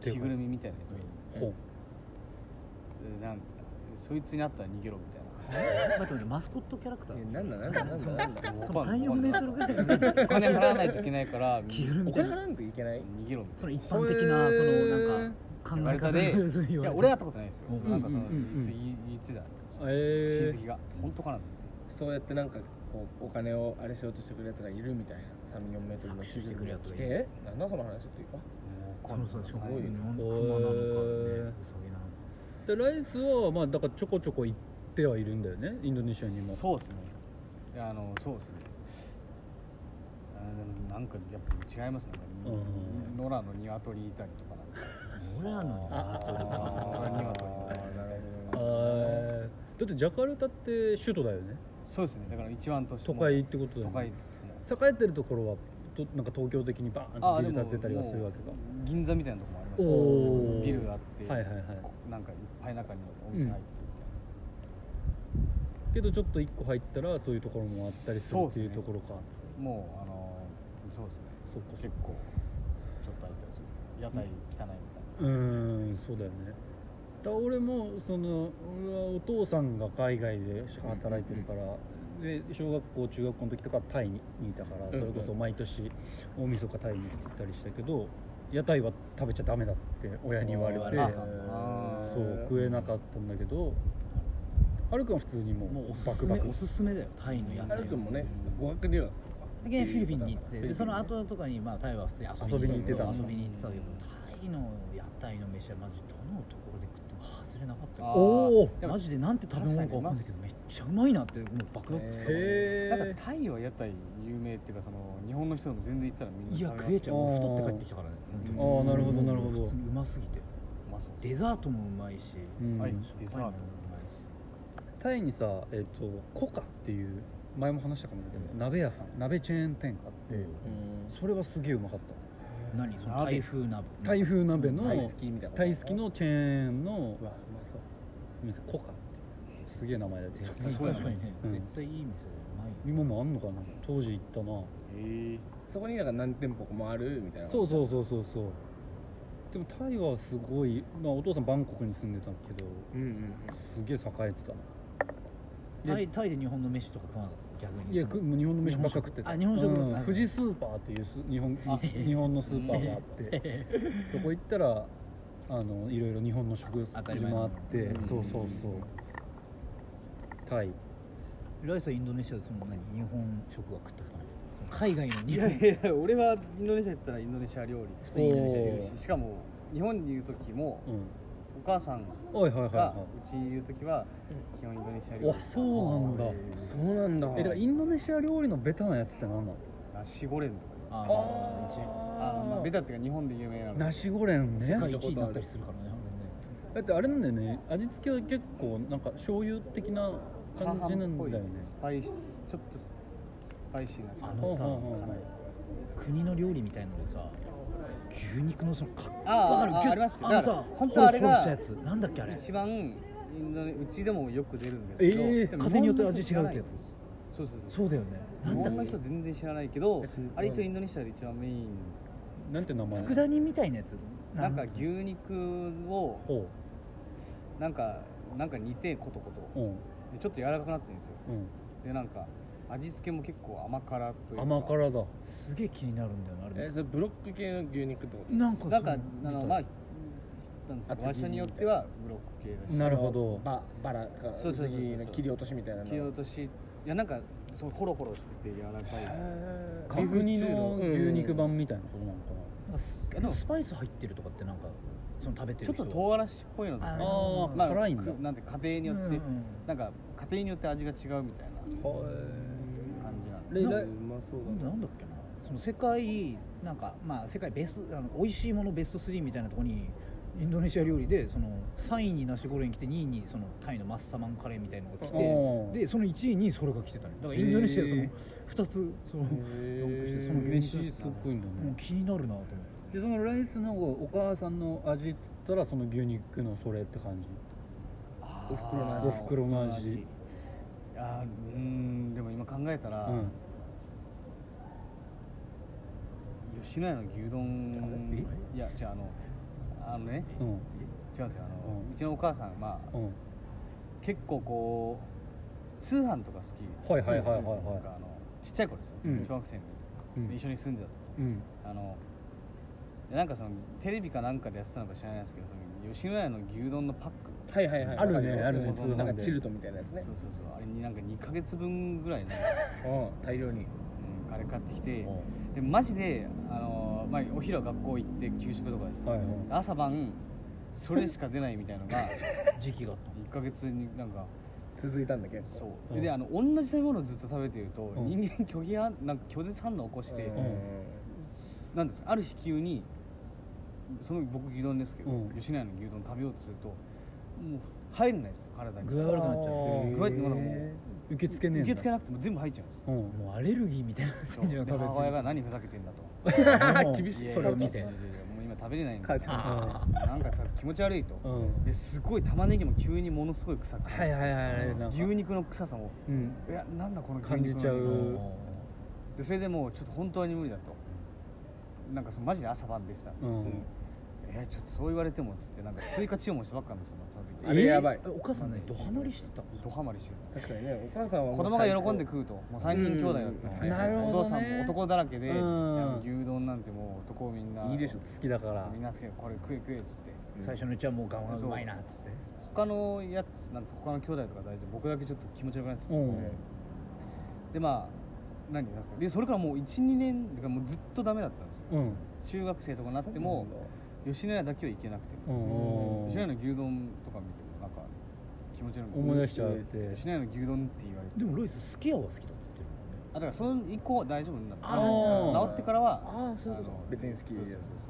着ぐるみみたいなやつが
ほ
い
ほ
るでなんかそいつに会ったら逃げろみたいな
待って待ってマスコットキャラクター
えなんだなんだなんだなんだ
その34メートルぐらいの
お金払わないといけないから
着ぐる
お
みた
金払
いな
わなきゃいけない
逃げろみたい
そ
な
の一般的なそのなんん
か
か考
言わ
え
れ
方
たで
い
いや俺
俺
は会っ
は
たことないですよ、
うん
なんかその、
うんうんうんうん
そう言い言ってた
え
親戚が本当かなって
そうやってなんかこうお金をあれしようとしてくるやつがいるみたいな3 4メートルの
搾取してくるやつが
来
い
て
る
なんだその話っていうか
そのさしかも
すごいね
熊なのかねウサギなのか
でライスはまあだからちょこちょこ行ってはいるんだよねインドネシアにも
そうですねいやあのそうですねあーでもなんかやっぱ違いますねなんか
うん
野良の鶏いたりとかなんか
俺らの
あー
鶏
俺ら
あーなる
の鶏
あ
ほどね
ーだってジャカルタって首都だよね
そうですねだから一番として
都会ってことだよ
都会
ね
ですね
栄えてるところはとなんか東京的にバーン
あ
とビ
ー
ル
で
建
も
ってたりはするわけ
もう銀座みたいなとこもありま
お
し
ー
たビルがあって、
かはいはいはい
なんかいっぱい中にお店入ってるみたいな、
けどちょっと一個入ったらそういうところもあったりするっていうところか
もうあのーそうですね
そっかそっ
結
か
構ちょっと入ったりする屋台汚いみたいな、
うーんそうだよねだから俺もその俺はお父さんが海外で働いてるから、で小学校中学校の時とかはタイにいたから、
うんうん
それこそ毎年大晦日タイに行ったりしたけど屋台は食べちゃダメだって親に言われて
あ
ー
あー
そう食えなかったんだけどあるくんは普通にも
もう
う
おす
バ
す
ク
め
バク
おすすめだよタイの屋
ハ
台
ル
は
君もね語学留学とか
でフィリピンに行って
フィリピン
でその後とかにまあタイは普通に
遊びに行ってたんだ
遊びに行ってたけどタイの屋台の飯はマジどのところで食っても外れなかった
あー
よ
おー
でも
マジでなんて食べ物かわかんないけどめっちゃうまいなってもうバクバク食って
なん
へ
かタイは屋台有名っていうかその日本の人でも全然行ったらみんない
や食
食
え
べます
ちゃう俺太って帰っ
よ
てきたからね
あーなるほどなるほど
普通にうますぎて
うまそう
デザートもうまいし
うん
はい
デ
デ
ザ
ザ
ー
ー
ト
ト
もうまいし
タイにさ、えっとコカっていう前も話したかもだけど、鍋屋さん鍋チェーン店があって、それはすげえうまかった
何その台風な
台風鍋の
タイスキーみたいな
タイ好きのチェーンの
うわうまそう
ごめんなさいコカすげえ名前だけど
確かにね
うん
絶対いい店だようまいよ
今もあんのかな当時行ったな
え
そこになんか何店舗もあるみたいな
そうそうそうそうそうでもタイはすごい、まあ、お父さんバンコクに住んでたけど
うんうん
すげえ栄えてたなで
タイタイで日本の飯とか食わなかった逆に
いやくもう日本の飯ばっか食ってた
日本食あ日本食
うん富士スーパーっていうす日本
あ
日本のスーパーがあってそこ行ったらあのいろいろ日本の食
当たり
事
前の
もあって
うん
そうそうそうタイ
ライスはインドネシアでその何日本食は食ったことないその海外の
い
日
や
本
いや俺はインドネシア行ったらインドネシア料理
普通にインドネシア料
ししかも日本にいる時も
うん
お母さん
はいはいはい
が
は
うちにいる時は基本インドネシア
い
料
わ
理
そうなんだ
そうなんだ
えだからインドネシア料理のベタなやつって何なの
ナシゴレンとか
あ
あまあベタっていうか日本で有名なの
ナシゴレン
ー世
ね
界一になったりするからね
だってあれなんだよね味付けは結構なんか醤油的な
チャーハン
感じなんだよね
っぽいスパイスちょっとスパイシーな
あ
感じ
のさ
うんうんうん
かなり
国の料理みたいのでさ牛肉のそのか
あー
わかる
あ
ギュッ
ありますよ
あの
だ
さ
から本当あれが
ホロホロしたやつなんだっけあれ
一番インドネうちでもよく出るんですけど、
えー
でも
家庭によって味違うってや
そうそうそう
つそうだよね
日
なんだ
本の人全然知らないけどあれ一応イン
ド
ドネシアで一番メイン
なんて名前
佃煮みたいなやつ
なんか
つう
牛肉を
ほ
なんかなんか煮てコトコト
ううん
でちょっと柔らかくなってるんですよ
う
でなんか味付けも結構甘辛というんか
甘辛だ
すげえ気になるんだよなあ
え
れ
それブロック系の牛肉ってこと
なんか
なんか
そ
あ
う
の
みた
まあ
い
なんですか
厚切りみたいな
場所によってはブロック系だし
なるほど
ババラとか
そうそうそうそ
薄
う
切りの切り落としみたいなの
切り落としいやなんかそのホロホロしてて柔らかい
へー
角煮の牛肉版みたいなことなのか
なんかす
あでも
スパイス入ってるとかってなんかその食べて
ちょ
る
っと
人
唐辛子っぽいのと
あ
か
ー
なああー辛いんだ
くなんて家庭によって、
うんうん
なんか家庭によって味が違うみたいな感じなんで
レイラ
うまそう
今度なんだっけなその世界なんかまあ世界ベストあの美味しいものベスト3みたいなところにインドネシア料理でその3位にナシゴレン来て2位にそのタイのマッサマンカレーみたいのが来て
おー
でその1位にそれが来てたのよだからインドネシア
へ
そ
ー
の2つそのも
へ
その
ー
原
飯
始
っぽいんだ
う
ね
気になるなと思って
でそのライスのお母さんの味っつったらその牛肉のそれって感じ
お袋の味
あー
お袋の味
おあーうーんでも今考えたら、
うん
吉野家の牛丼いやじゃああのあのね
うん
違うんですよあの、
う
うんちのお母さんまあ
うん
結構こう通販とか好き
はいはいはいはいはい
なんかあのちっちゃい頃ですよ、
うん
小学生の
う
時で
ん
一緒に住んでた時
うん
あのでなんかそのテレビかなんかでやってたのか知らないですけどその吉野家の牛丼のパック、
はいはいはい
あるね
わかよ
あるね
そうそう
通販で
なんかチルトみたいなやつね
そうそうそうあれになんか2ヶ月分ぐ らいなんか、
うん大量に
うん、あれ買ってきてでマジであの、まあ、お昼は学校行って給食とかですよ、
はいはい
朝晩それしか出ないみたいの が
時期があった
1ヶ月になんか
続いたんだけど
そう、
うん
であの同じ食べ物をずっと食べてると、
うん
人間拒否反なんか拒絶反応を起こして、
うん
なんですある日急にその僕牛丼ですけど、
うん
吉野家の牛丼食べようとするともう入らないですよ体に
具合悪くなっちゃう
あー
具合ってもうも
受け付けねえん
受
だ
け付けなくても全部入っちゃうんですよ
うん
もうアレルギーみ たいな
そうで
食べ
母親が何ふざけてんだと
過
厳しい
やや
それを見て
もう今食べれないんだ
母ち
な
ゃん
あ
んか気持ち悪いと
ーうん
ですごい玉ねぎも急にものすごい臭くなる
はいはいはいはいなんか
牛肉の臭さも
うん
いやなんだこの牛
感
肉の
じちゃ
う
うん
でそれでもうちょっと本当に無理だとなんかそのマジで朝晩でした、
うん
えちょっとそう言われてもっつってなんか追加注文したばっかなんですよその時
あれやばい
えお母さんねドハマりしてた
ドハマりして
確かにねお母さん
た
は
子供が喜んで食うともう3人兄弟だったの
うん
で
なる
ほどね
お父さんも男だらけで、
うん
いや牛丼なんてもう男みんない
いでしょ
好きだから
みんな好きだからこれ食え食えっつって
最初のうちはもうガンガンうまいなっつって
他のやつなんて他の兄弟とか大丈夫僕だけちょっと気持ち悪くなっちゃって、
うん
でまあ何なんですかでそれからもう12年てかもうずっとダメだったんですよ
うん
中学生とかになっても吉野家だけは行けなくて
う
も、
ん
吉野家の牛丼とか見てもなんか気持ち悪く
思い出しちゃうって
吉野家の牛丼って言われて
でもロイス好きやは好きだっつってる
あだからその以降は大丈夫になった
あ
ー
治ってからは
ああそういうこと
の
別に好き
そうそうそうそう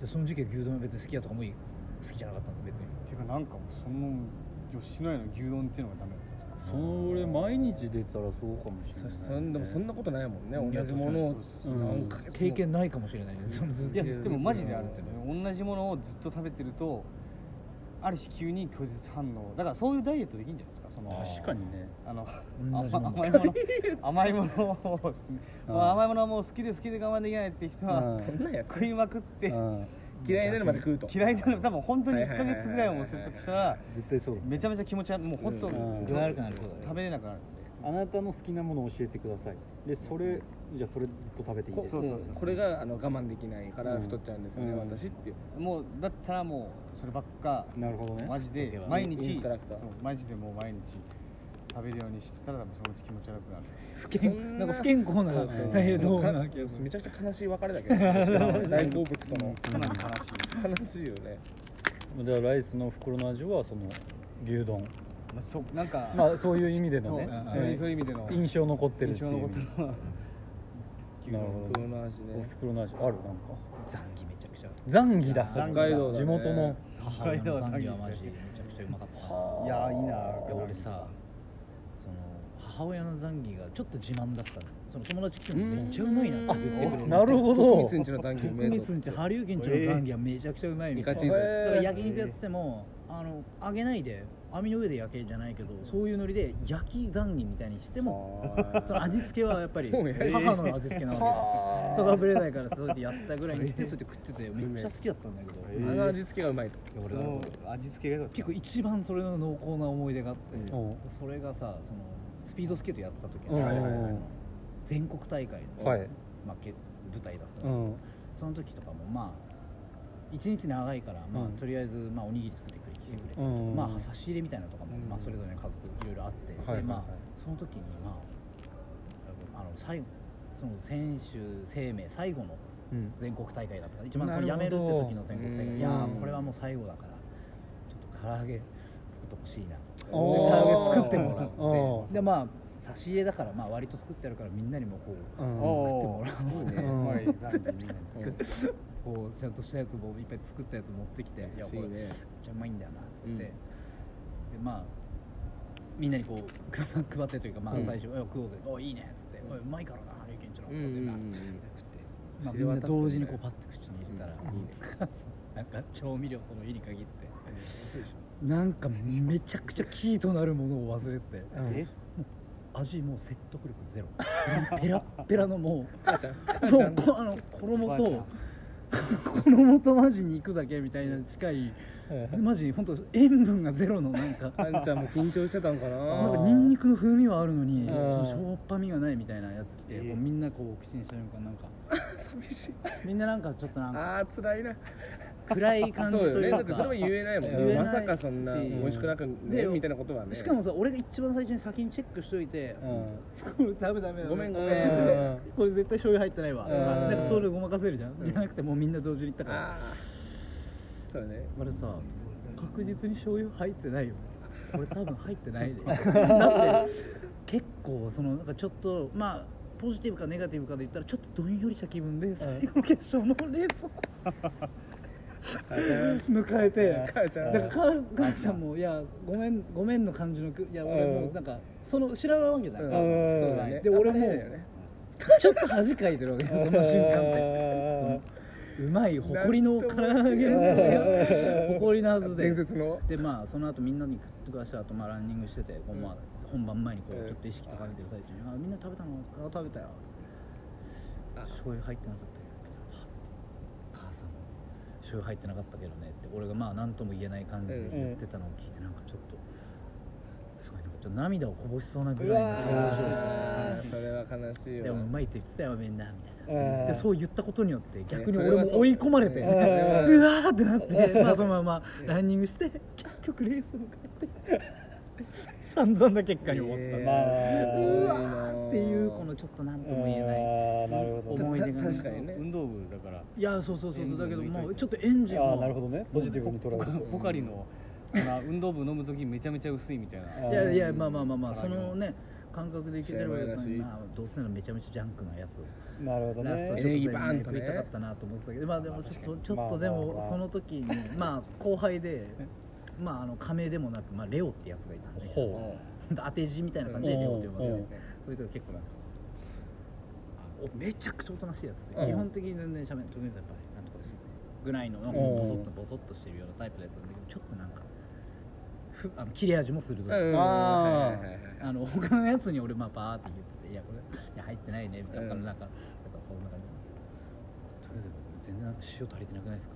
じゃあその時期は牛丼は別に好きやとかもいい好きじゃなかったんだ別に
ていうかなんかもうその吉野家の牛丼っていうのがダメだったんですよ
それ毎日出たらそうかもしれ
そ
ない
そんでもそんなことないもん
い
ね
や
同じものを
そうそ
うん
うそう
何ヶ月も
経験ないかもしれないねそのずっと
いやでもマジであるんですよね同じものをずっと食べてるとある日急に拒絶反応だからそういうダイエットできるんじゃないですかその
確かにね
あの
同じも
甘
の
甘いもの甘いものを、まあ、甘いものはもう好きで好きで我慢できないって人は
そんなやつ
食いまくって
うん
嫌いになるまで食うと
嫌いになる多分本当に
はいはい
1ヶ
はいはい
月ぐらいはもうするとしたら
絶対そうだ
めちゃめちゃ気持ち悪いもう本当
うん
具合悪くなるそうだね
食べれなくなるんで
あなたの好きなものを教えてくださいでそれじゃあそれずっと食べていい
こ
です
そうそうそう
これがあの我慢できないから
うん
太っちゃうんですよね、
うん
私っていう
もうだったらもうそればっか
なるほどね
マジで
うん
毎
イン
日
ストラクター
そうマジでもう毎日食べるようにしてたら多分そのうち気持ち悪くなる
不
そ
健
ん
なんか不健康な
そうそう
大変
そ
ど
う
う
か
な気がする
めちゃくちゃ悲しい別れだけど 大好物との
かなり悲しいです、
悲しいよね
じゃあライスの袋の味はその牛丼
まあ、そうなんか、
まあそういう意味でのね
そうそういうそういう意味での
うん印象残ってるっ
印
てい
象のこ
う
とは
なるほ
プロの味
どお
ね
袋の味あるなんか
ザンギめちゃくちゃ
ザンギだ
ザンギ
北海道だね
地元の
母親 のザンギはマジでめちゃくちゃうまかった
いやーいいな
俺さその母親の残儀がちょっと自慢だったのその友達来てもめっちゃうまいなって言ってくれる
あなるほど
徳光んちの残業
徳光んちハリウケンちの残儀はめちゃくちゃうまいみたいな、
えーイカチーズ
だから
へ
焼肉やっててもあの揚げないで網の上で焼けじゃないけどそういうノリで焼き残儀みたいにしてもその味付けはやっぱ り
もうやり
母の味付けなわけでそこはぶれないからそうやってやったぐらいにしてそうやって食ってて めっちゃ好きだったんだけど、
あの味付けがうまいと
その味付けがよかった
結構一番それの濃厚な思い出があって、
おう
それがさそのスピードスケートやってた時
うん
に、
はいは
は
い
い
あの全国大会の、
はい
まあ、け舞台だった
う
の、
ん
その時とかもまあ一日長いから、まあ
うん
とりあえず、まあ、おにぎり作ってくれ来てくれ、
うん
まあ、差し入れみたいなのとかも、
うん
まあ、それぞれの家族いろいろあって、
はいはいはい
でまあ、その時に、まあ、あの最後その選手生命最後の
うん
全国大会だったから一番
な
そ
る
の
ほど
やめるって時の全国大
う
会
ん
いやーこれはもう最後だからちょっと唐揚げ作ってほしいな
ー
お
で唐揚げ作ってもら
お
っ
ー
てでまあ差し入れだからまあ割と作ってあるからみんなにもこう
うん
食ってもらおうね
うん
はい残儀みんなに
こうちゃんとしたやつもいっぱい作ったやつ持ってきていやこれめっ
ね
ちゃうまいんだよなっつって、
うん
でまあみんなにこう 配ってというかまあ
うん
最初「おい食おうぜ」「おいいいね」っつって「おいうまいからなハリケーンちゃんのおかずな」食って、ま
知
あ、
れ
みん
渡ってん
な
だよ
同時にこうパッて口に入れたら、なんか調味料その日に限ってなんかめちゃくちゃキーとなるものを忘れてて
うん
え
味もう説得力 ゼロペラッペラのも
母ちゃん
うもうこあの衣と 衣とマジ肉だけみたいな近いマジ本当塩分がゼロのなんか
あんちゃんも緊張してたんか
なん
な
かニンニクの風味はあるのに
ん
そのしょっぱみがないみたいなやつ来て、
え
こうみんなこう口にした瞬間なん か
寂しい
みんななんかちょっとなんか
ああ辛いな
暗い感じ
そう
と
よ
い
ね
う
だ
か
ってそれは言えないもん
言
ね
えない
まさかそんな
し
美味しくなくね
で
みたいなことはね
しかもさ俺が一番最初に先にチェックしといて
う、ん
これダメダメダメ
ごめんご
う
めん
ん
これ絶対醤油入ってないわとか
うん
なんかそれごまかせるじゃん、
うん
じゃなくてもうみんな同時に行ったから
ああそうよね
あれさ確実に醤油入ってないよこれ多分入っ てないでだって結構そのなんかちょっとまあポジティブかネガティブかで言ったらちょっとどんよりした気分で最後の決勝のレースを
母ちゃん
迎えて
母ちゃん
だから母さんも「いやごめんごめん」の感じのくいや俺もなんかその知らないわけじゃない、
うんそうだね
で俺も
あんまりないよね
ちょっと恥かいてるわけよその瞬間って そのうまい誇りの唐揚げの さ誇りのはずで
伝説の
でまあその後みんなに食ってかした後、まあランニングしててこう、まあ、本番前にこ
ええ
うちょっと意識高めてる最中に「あみんな食べたのあ食べたよ」
あ
醤油入ってなかったよ」みたいなはっ「母さんも醤油入ってなかったけどね」って俺がまあ何とも言えない感じで言ってたのを聞いてなんかちょっとすごいなんかちょっと涙をこぼしそうなぐらいの表情で
あーそれは悲しいよ
でもうまいって言ってたよみんなみたいな。
うん
でそう言ったことによって逆に
それ
俺
はそう
も追い込まれて
う
うんわーってなってまあそのままランニングして結局レースを迎えて散々な結果に終わった
え
う
ー
わーっていうこのちょっと何とも言えない
ああなるほどね
思い出がね
確かにね
運動部だから
いやそうそうそう
エン
そう
ジン
だけども
抜
う
い
ち
と
ょ
い
っとエンジン
ああなる
を
ほどねポジティブに捉える
ポカリのあの運動部飲む時めちゃめちゃ薄いみたいな
いやいやまあまあまあまあ
唐
そ
揚げ
のね感覚でいけてればよかったのに
試合前だし
まあどうせならめちゃめちゃジャンクなやつを
なるほど
ラス
ね
トちょっと
エネルギ
全
ーバーンと
部取
ね
りたかったなと思ってたけど、まあでもちょっとちょっ
まあ
とで
まあま
も
あ
その時に まあ後輩でまああの仮名でもなくまあレオってやつがいたんで、
ほ
当て字みたいな感じでレオって呼ばれて、それと結構なんかあおめちゃくちゃおとなしいや
う
つ
ん
で、基本的に全然喋んない、特にやっぱりなんとかですよぐらいのなんか
うん
ボソッとボソッとしてるようなタイプのやつなんだけど、ちょっとなんかふあの切れ味も鋭い。
うん
あ
はいはい
ー
はいはい
あの他のやつに俺まあバーって言ってて「いやこれいや入ってないね」みたいな、
うん
なんかこんな感じとりあえず全然なんか塩足りてなくないですか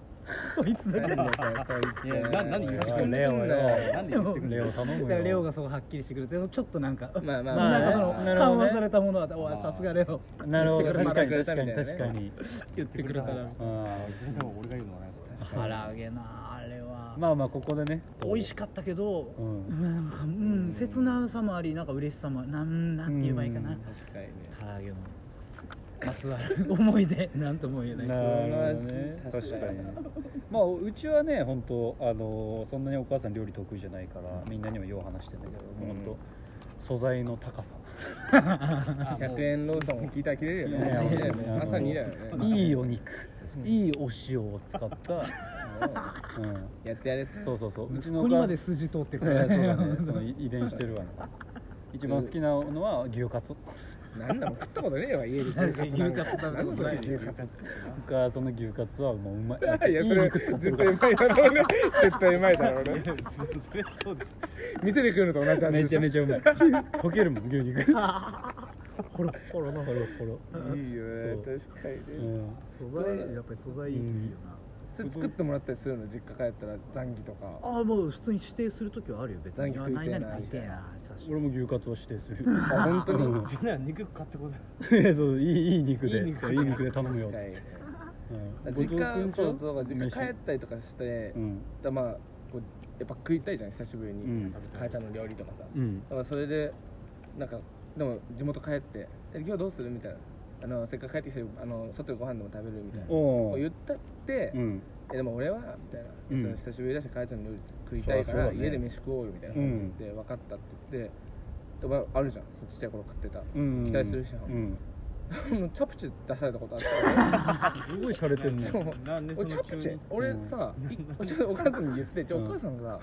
そいつだけ
なんだそいつ
いやな何言ってくれんの
レオレオ
なんで言ってくれんの
レオ頼む
だ
よ
からレオがそこはっきりしてくれてちょっとなんか、
まあまあ
なんかそ
ま
の
あ
なるほど
緩
ね
和されたものは「おいさすがレオ」
なるほ
言
ど
って
確
くれ
か
た
に確
み
かに
た
確
い
か
な
に
言ってくれたら
あ
でも俺が言うのはないです
「唐揚げなあれは、
ーまあまあここでね
美味しかったけど、
う
うんん、なんかうん切なさもありなんか嬉しさもありなんなんて言えばいいかな、
うん
確かにね
唐揚げのまつわる思い出なんとも言えない
なるほどね確かにねまあうちはね本当あのそんなにお母さん料理得意じゃないからみんなにもよう話してんだけど
うん
本当素材の高さ
100円ローソンを聞いたら切れるよ
いやいや
ね
いや
まさにだよね
いいお肉いいお塩を使った、うん、
やってやれっつ
そうそうそうう
息
ちの
子
お
にま
母
で筋通っ て
そ
る
う
から
だ
ね
ねその遺伝してるわね一番好きなのは牛カツ
なんだろう食ったことねえわ家で牛カツなんか
牛カツ食べたことない
んだよ牛カツ
お母さんの牛カツはもううまい
いやそれ
肉使って
絶
る
対うまいだろうね絶対うまいだろうね
そうです
店で食うのと同じ味
め
で
ち
し
ゃ
ょ
めちゃうまい溶けるもん牛肉
ほらほらな
ほろほろ
いいよね確か
う
にね
ん
素材やっぱり素材いいといいよな、
それ作ってもらったりするの実家帰ったらザンギとか
ああもう普通に指定する時はあるよ別
残
に
業
あ
食いて
何
えな
々食いてえな久しぶ
俺も牛カツを指定する
あ本当に
うん
じゃあ肉買ってこず
えそういいいい肉でい
い
い
い
肉
肉
で頼むよっつっ
近い
て
ね、
うん
実家
後藤
そう
君
とか実家帰
飯
ったりとかして
う、ん
だまあこうやっぱ食いたいじゃん久しぶりに、
うん
母ちゃんの料理とかさ
うん
だからそれでなんかでも地元帰って「え今日どうする?」みたいなあの「せっかく帰ってきてあの外でご飯でも食べる?」みたいな、こ
お
う
お
言ったって、
うん
えでも俺は」みたいな「
うん
その久しぶりだし母ちゃんの料理食いたいか
そりゃ
ら、
そうだね
家で飯食おうよ」みたいなこと言って「分かった」って言って。でまああるじゃんそうちっちゃい頃食ってた
うん
期待するし
うん
もうチャプチェ出されたことあった
すごい洒落てんね
そう
なんでそ
俺
の
チャプチ
急
ェ
に
俺 さ、いちょっとお母さんに言ってじゃあお母さんさ、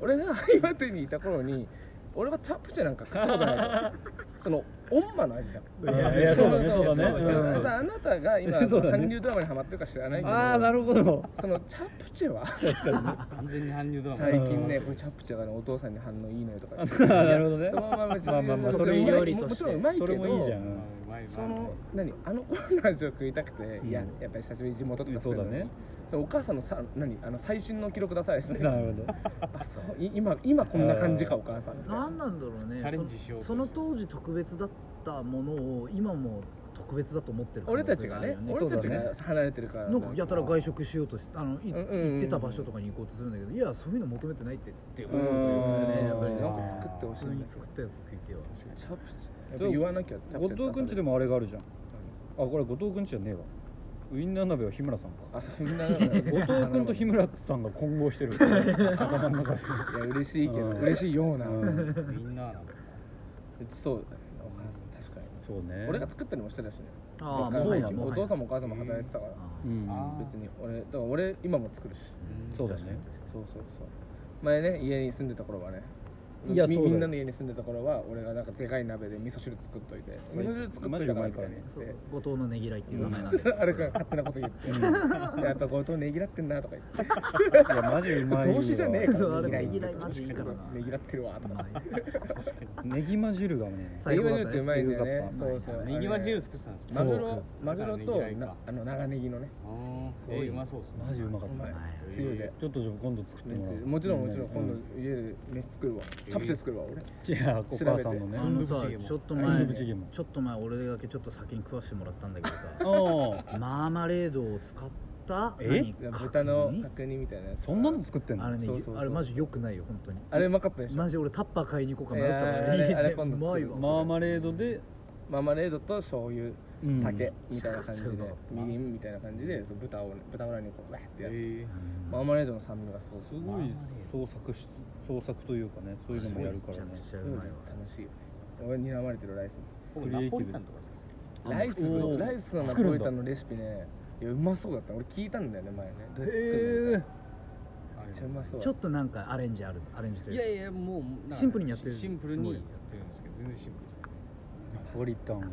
俺が岩手にいた頃に俺はチャプチェなんか食ったこと ないとそのオンマの味だ
いやいやそうだねそうだね
そう
うん
さあなたが今
そうだね
韓流ドラマにハマってるか知らないけど
ああなるほど
そのチャプチェは
確かにね
完全に搬入ドラマ
最近ねこれチャプチェがねお父さんに反応いいのよとか言って
なるほどね
そのまま別に
まあまあまあ
の
それいい
料理として
もちろんうまいけ
そ
ど
れもいいじゃん
うまいうまいうまい
その何あの頃の味を食いたくて、
ん
いややっぱり久しぶりに地元とか
そうだね
そのお母さんのさ何あの最新の記録出されて
なるほど
あそうい今今こんな感じかお母さんみたいな
何なんだろうね
チャレンジしようと
そその当時特別だったものを今も特別だと思ってる可
俺
能性
たちが
ある
ね
よね
俺たち
そうだ
が離れてるから
なんかやたら外食しようとしてあのい
うんうんうん
行ってた場所とかに行こうとするんだけどいやそういうの求めてないってって
う
思うというかねやっぱり
ん
ね
なんか作ってほしい
普通
んだ
に
けど
作ったやつ食いては
チャプチェやっぱ言わなきゃチャプ
後
チェ
藤くんちでもあれがあるじゃんあこれ後藤くんちじゃねえわウインナー鍋は日村さんか
あそうみんななんか後
後藤くんと日村さんが混合してる頭の中で
いや嬉しいけど
うん
嬉しいような
うん
みんな
そうだねお母さん確かに
そうね
俺が作ったりもしてたしね
ああ
実家
もは
の
や
時
も
お
はや
父さんもお母さんも働いてたから
あ
うん
あー
別に俺だから俺今も作るし
ー
そうだね
そうそうそう前ね家に住んでた頃はね
いや
み
そうだよ
みんなの家に住んでた頃は俺がなんかでかい鍋で味噌汁作っといて味噌汁作っといたからみたいな
そ
言
う
って
後藤のねぎらいっていう名前なんだ
あれから勝手なこと言って、やっぱ後藤ねぎらってんなとか言って
いやマジうまいわ
動詞じゃねえか
そう
ら
あれ
ね
ね
ぎ
ぎ
ら
ら
い
いマジいいからな
ねぎらってるわとか
ネギマ汁がね
最高
ね
だ
ぎ
っ
ま汁ってうま
た
いんだよ
よか
ね
った
そうそう
ネギは
汁
汁作ってたんですか
マグロマ
だ
グ
から
ロ
ね
と
ぎらいか
なあの長ネギのね
あー
そう
えーうまそうですね
マジうまかっ
うま
た
い
ね
つゆで
ちょっとじゃあ今度作って
ね
もらう
もちろんもちろん
う
今度家で飯作るわチャプチェ作るわ俺
いやお母さんの
あ
ね
のさ
スンドゥブチゲも
ちょっと
スンド
前
ゥブチゲも
ちょっと前俺だけちょっと先に食わしてもらったんだけど さ
おー
マーマレードを使った
え
何
豚の
角煮
角煮みたいなやつ
そんなの作ってんの
あれね
そうそうそう
あれマジ良くないよ本当に
あれうまかったでしょ
マジ俺タッパー買いに行こうか迷っ
いやーあ
た
れあれ
う
今度
ま
作
い
る
わ
マーマレードで
マーマレードと醤油
うん
酒みたいな感じで
うん
みりんみたいな感じで豚を豚バラにこうわってやって
え
マーマレードの酸味がすご
す
く
ごい創作し創作というかねそういうのもやるから
め
ね
ちゃくちゃうまいわ
楽しい俺に睨まれてるライス
ー僕ナポリタンとか好きですね
もライス
おー
ライスのナポリタンのレシピねいやうまそうだった俺聞いたんだよね前ねどうやって作るの
え
かめっちゃうまそう
ちょっとなんかアレンジあるアレンジとい
い
う
や
か
いやもうなんか
シンプルにやってる
シンプル
す
に
ごい
やってるんですけど全然シンプルですね
ナポリタンか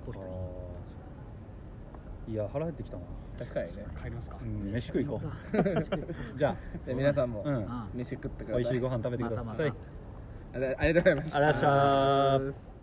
いや腹減ってきたな
確かにね
帰りますか
うん飯食い行こうじゃ
で皆さんも
あうん
あ
飯食ってくださ
美
い
味しいご飯食べて
ま
くだ
たま
さい
た
ありがとうございました
ありがとうございました